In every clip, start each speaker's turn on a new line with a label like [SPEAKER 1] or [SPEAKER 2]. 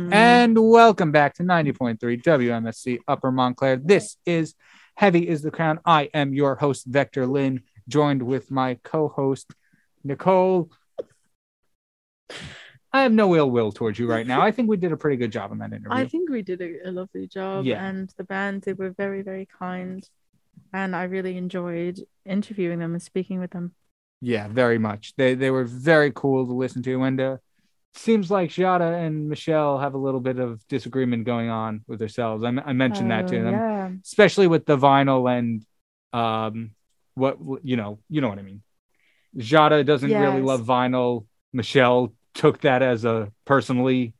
[SPEAKER 1] Mm-hmm. Mm. And welcome back to 90.3 WMSC Upper Montclair. This is Heavy is the Crown. I am your host, Vector Lynn, joined with my co host, Nicole. I have no ill will towards you right now. I think we did a pretty good job on that interview.
[SPEAKER 2] I think we did a, a lovely job,
[SPEAKER 1] Yeah.
[SPEAKER 2] and the band they were very very kind, and I really enjoyed interviewing them and speaking with them.
[SPEAKER 1] Yeah, very much. They they were very cool to listen to, and uh, seems like Jada and Michelle have a little bit of disagreement going on with themselves. I, I mentioned that to
[SPEAKER 2] Oh,
[SPEAKER 1] them,
[SPEAKER 2] Yeah.
[SPEAKER 1] especially with the vinyl and um, what you know, you know what I mean. Jada doesn't really
[SPEAKER 2] Yes.
[SPEAKER 1] love vinyl. Michelle took that as a personally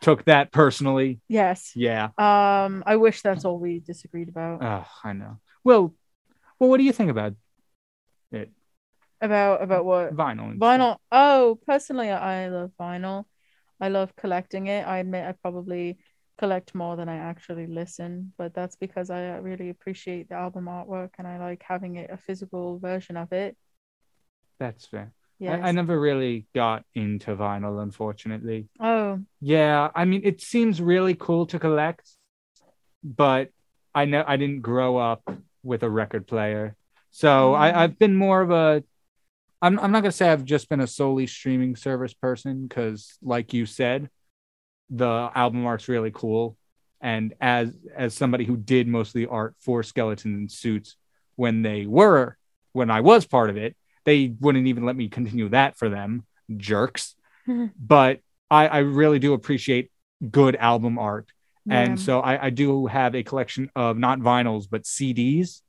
[SPEAKER 1] took that personally.
[SPEAKER 2] Yes.
[SPEAKER 1] Yeah,
[SPEAKER 2] Um, I wish that's all we disagreed about.
[SPEAKER 1] Ugh, I know. Well, well, what do you think about
[SPEAKER 2] about about what
[SPEAKER 1] vinyl? and stuff?
[SPEAKER 2] vinyl. Oh, personally, I love vinyl. I love collecting it. I admit I probably collect more than I actually listen, but that's because I uh, really appreciate the album artwork and I like having it a physical version of it.
[SPEAKER 1] That's fair. I-
[SPEAKER 2] Yes.
[SPEAKER 1] I never really got into vinyl, unfortunately.
[SPEAKER 2] Oh,
[SPEAKER 1] Yeah, I mean, it seems really cool to collect, but I know I didn't grow up with a record player, so
[SPEAKER 2] Mm.
[SPEAKER 1] I, I've been more of a. I'm I'm not gonna say I've just been a solely streaming service person because, like you said, the album art's really cool, and as as somebody who did mostly art for Skeletons and Suits when they were when I was part of it, they wouldn't even let me continue that for them jerks, but I, I really do appreciate good album art. And so I, I do have a collection of not vinyls, but CDs,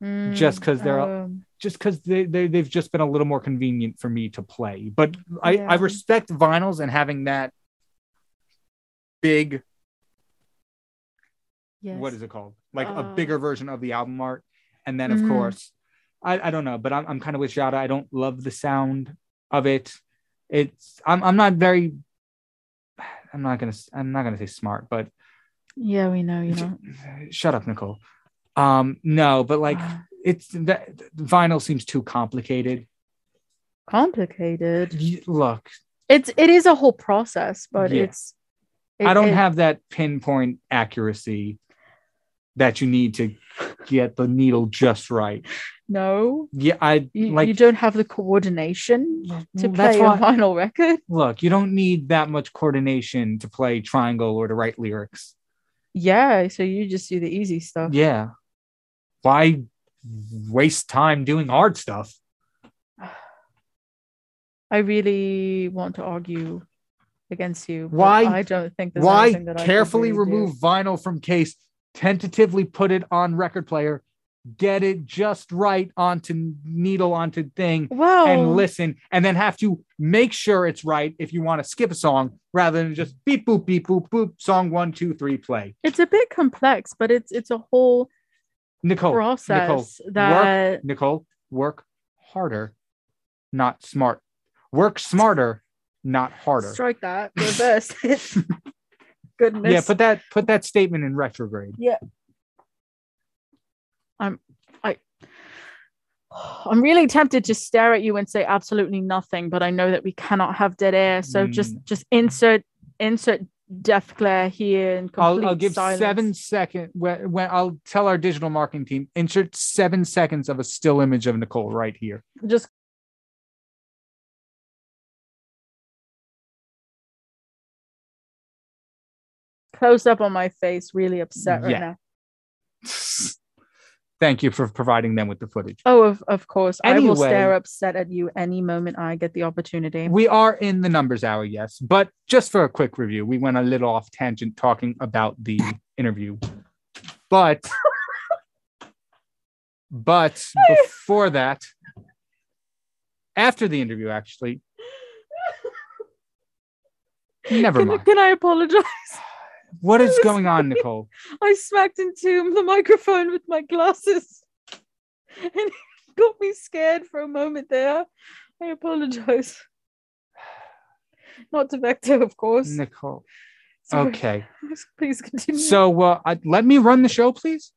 [SPEAKER 2] yeah.
[SPEAKER 1] just 'cause they're-
[SPEAKER 2] oh,
[SPEAKER 1] just because they, they, they've just been a little more convenient for me to play. But I, I
[SPEAKER 2] Yeah.
[SPEAKER 1] respect vinyls and having that big,
[SPEAKER 2] yes.
[SPEAKER 1] what is it called? Like a
[SPEAKER 2] Uh,
[SPEAKER 1] bigger version of the album art. And then, of
[SPEAKER 2] Mhm.
[SPEAKER 1] course, I, I don't know, but I'm, I'm kind of with Jada. I don't love the sound of it. It's, I'm, I'm not very, I'm not going to, I'm not going to say smart, but
[SPEAKER 2] Yeah, we know you know.
[SPEAKER 1] shut up nicole um no but like
[SPEAKER 2] Uh,
[SPEAKER 1] it's that vinyl seems too complicated
[SPEAKER 2] complicated.
[SPEAKER 1] Y- look
[SPEAKER 2] It's it is a whole process, but
[SPEAKER 1] Yeah.
[SPEAKER 2] it's.
[SPEAKER 1] i
[SPEAKER 2] it-
[SPEAKER 1] don't
[SPEAKER 2] it-
[SPEAKER 1] have that pinpoint accuracy that you need to get the needle just right
[SPEAKER 2] no.
[SPEAKER 1] yeah i
[SPEAKER 2] You,
[SPEAKER 1] like
[SPEAKER 2] you don't have the coordination to
[SPEAKER 1] well,
[SPEAKER 2] play
[SPEAKER 1] that's
[SPEAKER 2] a
[SPEAKER 1] why
[SPEAKER 2] vinyl record.
[SPEAKER 1] look you don't need that much coordination to play triangle or to write lyrics
[SPEAKER 2] Yeah, so you just do the easy stuff.
[SPEAKER 1] yeah why waste time doing hard stuff
[SPEAKER 2] I really want to argue against you. but
[SPEAKER 1] Why-
[SPEAKER 2] I don't think there's
[SPEAKER 1] why
[SPEAKER 2] anything that I
[SPEAKER 1] carefully
[SPEAKER 2] can really do.
[SPEAKER 1] remove vinyl from case tentatively put it on record player get it just right onto needle onto thing
[SPEAKER 2] Well,
[SPEAKER 1] and listen and then have to make sure it's right if you want to skip a song rather than just beep boop beep boop boop song one two three play
[SPEAKER 2] it's a bit complex, but it's it's a whole
[SPEAKER 1] Oh, nicole
[SPEAKER 2] process that
[SPEAKER 1] nicole work harder not smart work smarter not harder
[SPEAKER 2] strike that reverse it. Goodness.
[SPEAKER 1] yeah put that put that statement in retrograde
[SPEAKER 2] I'm really tempted to stare at you and say absolutely nothing, but I know that we cannot have dead air.
[SPEAKER 1] Mm.
[SPEAKER 2] So just just insert insert death glare here and complete
[SPEAKER 1] I'll, I'll give
[SPEAKER 2] silence.
[SPEAKER 1] seven second when, when I'll tell our digital marketing team insert seven seconds of a still image of Nicole right here.
[SPEAKER 2] just close up on my face, really upset right
[SPEAKER 1] Yeah.
[SPEAKER 2] now.
[SPEAKER 1] Thank you for providing them with the footage.
[SPEAKER 2] Oh, of, of course. I will
[SPEAKER 1] Anyway.
[SPEAKER 2] stare upset at you any moment I get the opportunity.
[SPEAKER 1] We are in the numbers hour, yes, but just for a quick review, we went a little off tangent talking about the interview, but but before that, after the interview, actually, never
[SPEAKER 2] Can,
[SPEAKER 1] mind.
[SPEAKER 2] can I apologize?
[SPEAKER 1] what is
[SPEAKER 2] I'm
[SPEAKER 1] going on, Nicole?
[SPEAKER 2] I smacked into the microphone with my glasses and it got me scared for a moment there. I apologize. Not to Vector, of course.
[SPEAKER 1] Nicole.
[SPEAKER 2] Sorry.
[SPEAKER 1] Okay.
[SPEAKER 2] Please continue.
[SPEAKER 1] So uh, I, let me run the show, please.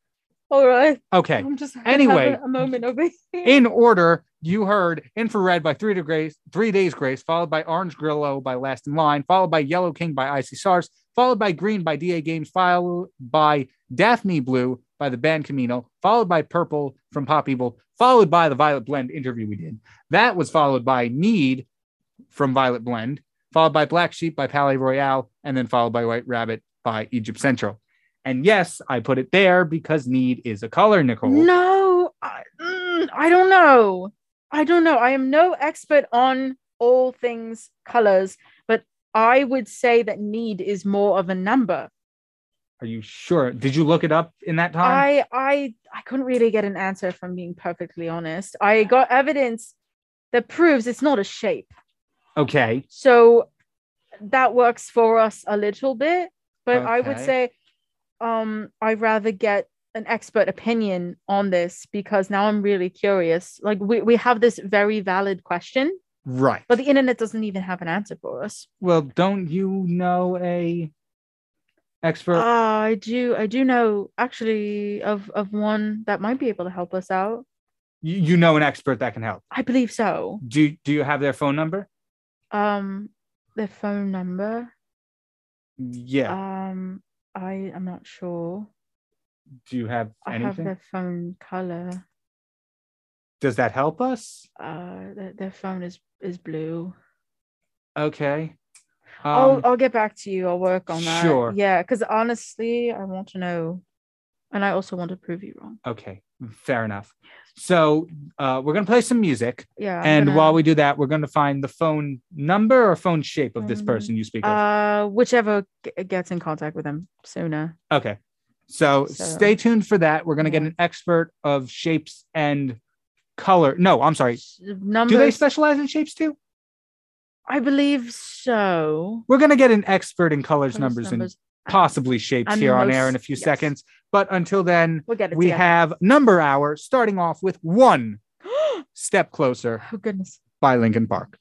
[SPEAKER 2] All right.
[SPEAKER 1] Okay.
[SPEAKER 2] I'm just having
[SPEAKER 1] Anyway.
[SPEAKER 2] a moment over here.
[SPEAKER 1] In order, you heard Infrared by Three Degrees, Three Days Grace, followed by Orange Grillo by Last in Line, followed by Yellow King by Icy SARS, followed by Green by DA Games, followed by Daphne Blue by the band Camino, followed by Purple from Pop Evil, followed by the Violet Blend interview we did. That was followed by Need from Violet Blend, followed by Black Sheep by Palais Royale, and then followed by White Rabbit by Egypt Central. And yes, I put it there because Need is a color, Nicole.
[SPEAKER 2] No, I, mm, I don't know. I don't know. I am no expert on all things colors, but I would say that need is more of a number.
[SPEAKER 1] Are you sure? Did you look it up in that time?
[SPEAKER 2] I I I couldn't really get an answer if I'm being perfectly honest. I got evidence that proves it's not a shape.
[SPEAKER 1] okay.
[SPEAKER 2] So that works for us a little bit, but I would
[SPEAKER 1] Okay.
[SPEAKER 2] say um I'd rather get an expert opinion on this because now I'm really curious. Like we, we have this very valid question,
[SPEAKER 1] Right.
[SPEAKER 2] but the internet doesn't even have an answer for us.
[SPEAKER 1] well, don't you know a expert?
[SPEAKER 2] Ah, I do I do know actually of of one that might be able to help us out.
[SPEAKER 1] you, you know an expert that can help.
[SPEAKER 2] I believe so.
[SPEAKER 1] Do do you have their phone number?
[SPEAKER 2] Um their phone number.
[SPEAKER 1] Yeah.
[SPEAKER 2] Um I I'm not sure.
[SPEAKER 1] do you have
[SPEAKER 2] I have
[SPEAKER 1] anything?
[SPEAKER 2] their phone color.
[SPEAKER 1] Does that help us?
[SPEAKER 2] uh their, their phone is is blue
[SPEAKER 1] Okay.
[SPEAKER 2] i'll
[SPEAKER 1] Um,
[SPEAKER 2] i'll get back to you i'll work on that
[SPEAKER 1] sure.
[SPEAKER 2] yeah because honestly i want to know and i also want to prove you wrong
[SPEAKER 1] Um, Okay. Fair enough. So uh, we're gonna play some music,
[SPEAKER 2] yeah I'm
[SPEAKER 1] and
[SPEAKER 2] gonna-
[SPEAKER 1] while we do that, we're gonna find the phone number or phone shape of this
[SPEAKER 2] Um,
[SPEAKER 1] person you speak of.
[SPEAKER 2] uh whichever g- gets in contact with them sooner
[SPEAKER 1] Okay. So,
[SPEAKER 2] So-
[SPEAKER 1] stay tuned for that. We're going to get
[SPEAKER 2] Yeah.
[SPEAKER 1] an expert of shapes and color. No, I'm sorry.
[SPEAKER 2] S- numbers
[SPEAKER 1] Do they specialize in shapes too?
[SPEAKER 2] i believe so
[SPEAKER 1] We're going to get an expert in colors,
[SPEAKER 2] Colors,
[SPEAKER 1] numbers, and possibly shapes
[SPEAKER 2] and
[SPEAKER 1] here on air
[SPEAKER 2] most-
[SPEAKER 1] in a few
[SPEAKER 2] yes.
[SPEAKER 1] seconds. But until then,
[SPEAKER 2] we'll get it
[SPEAKER 1] we
[SPEAKER 2] together.
[SPEAKER 1] have number hour starting off with one step closer
[SPEAKER 2] oh goodness
[SPEAKER 1] by Lincoln Park.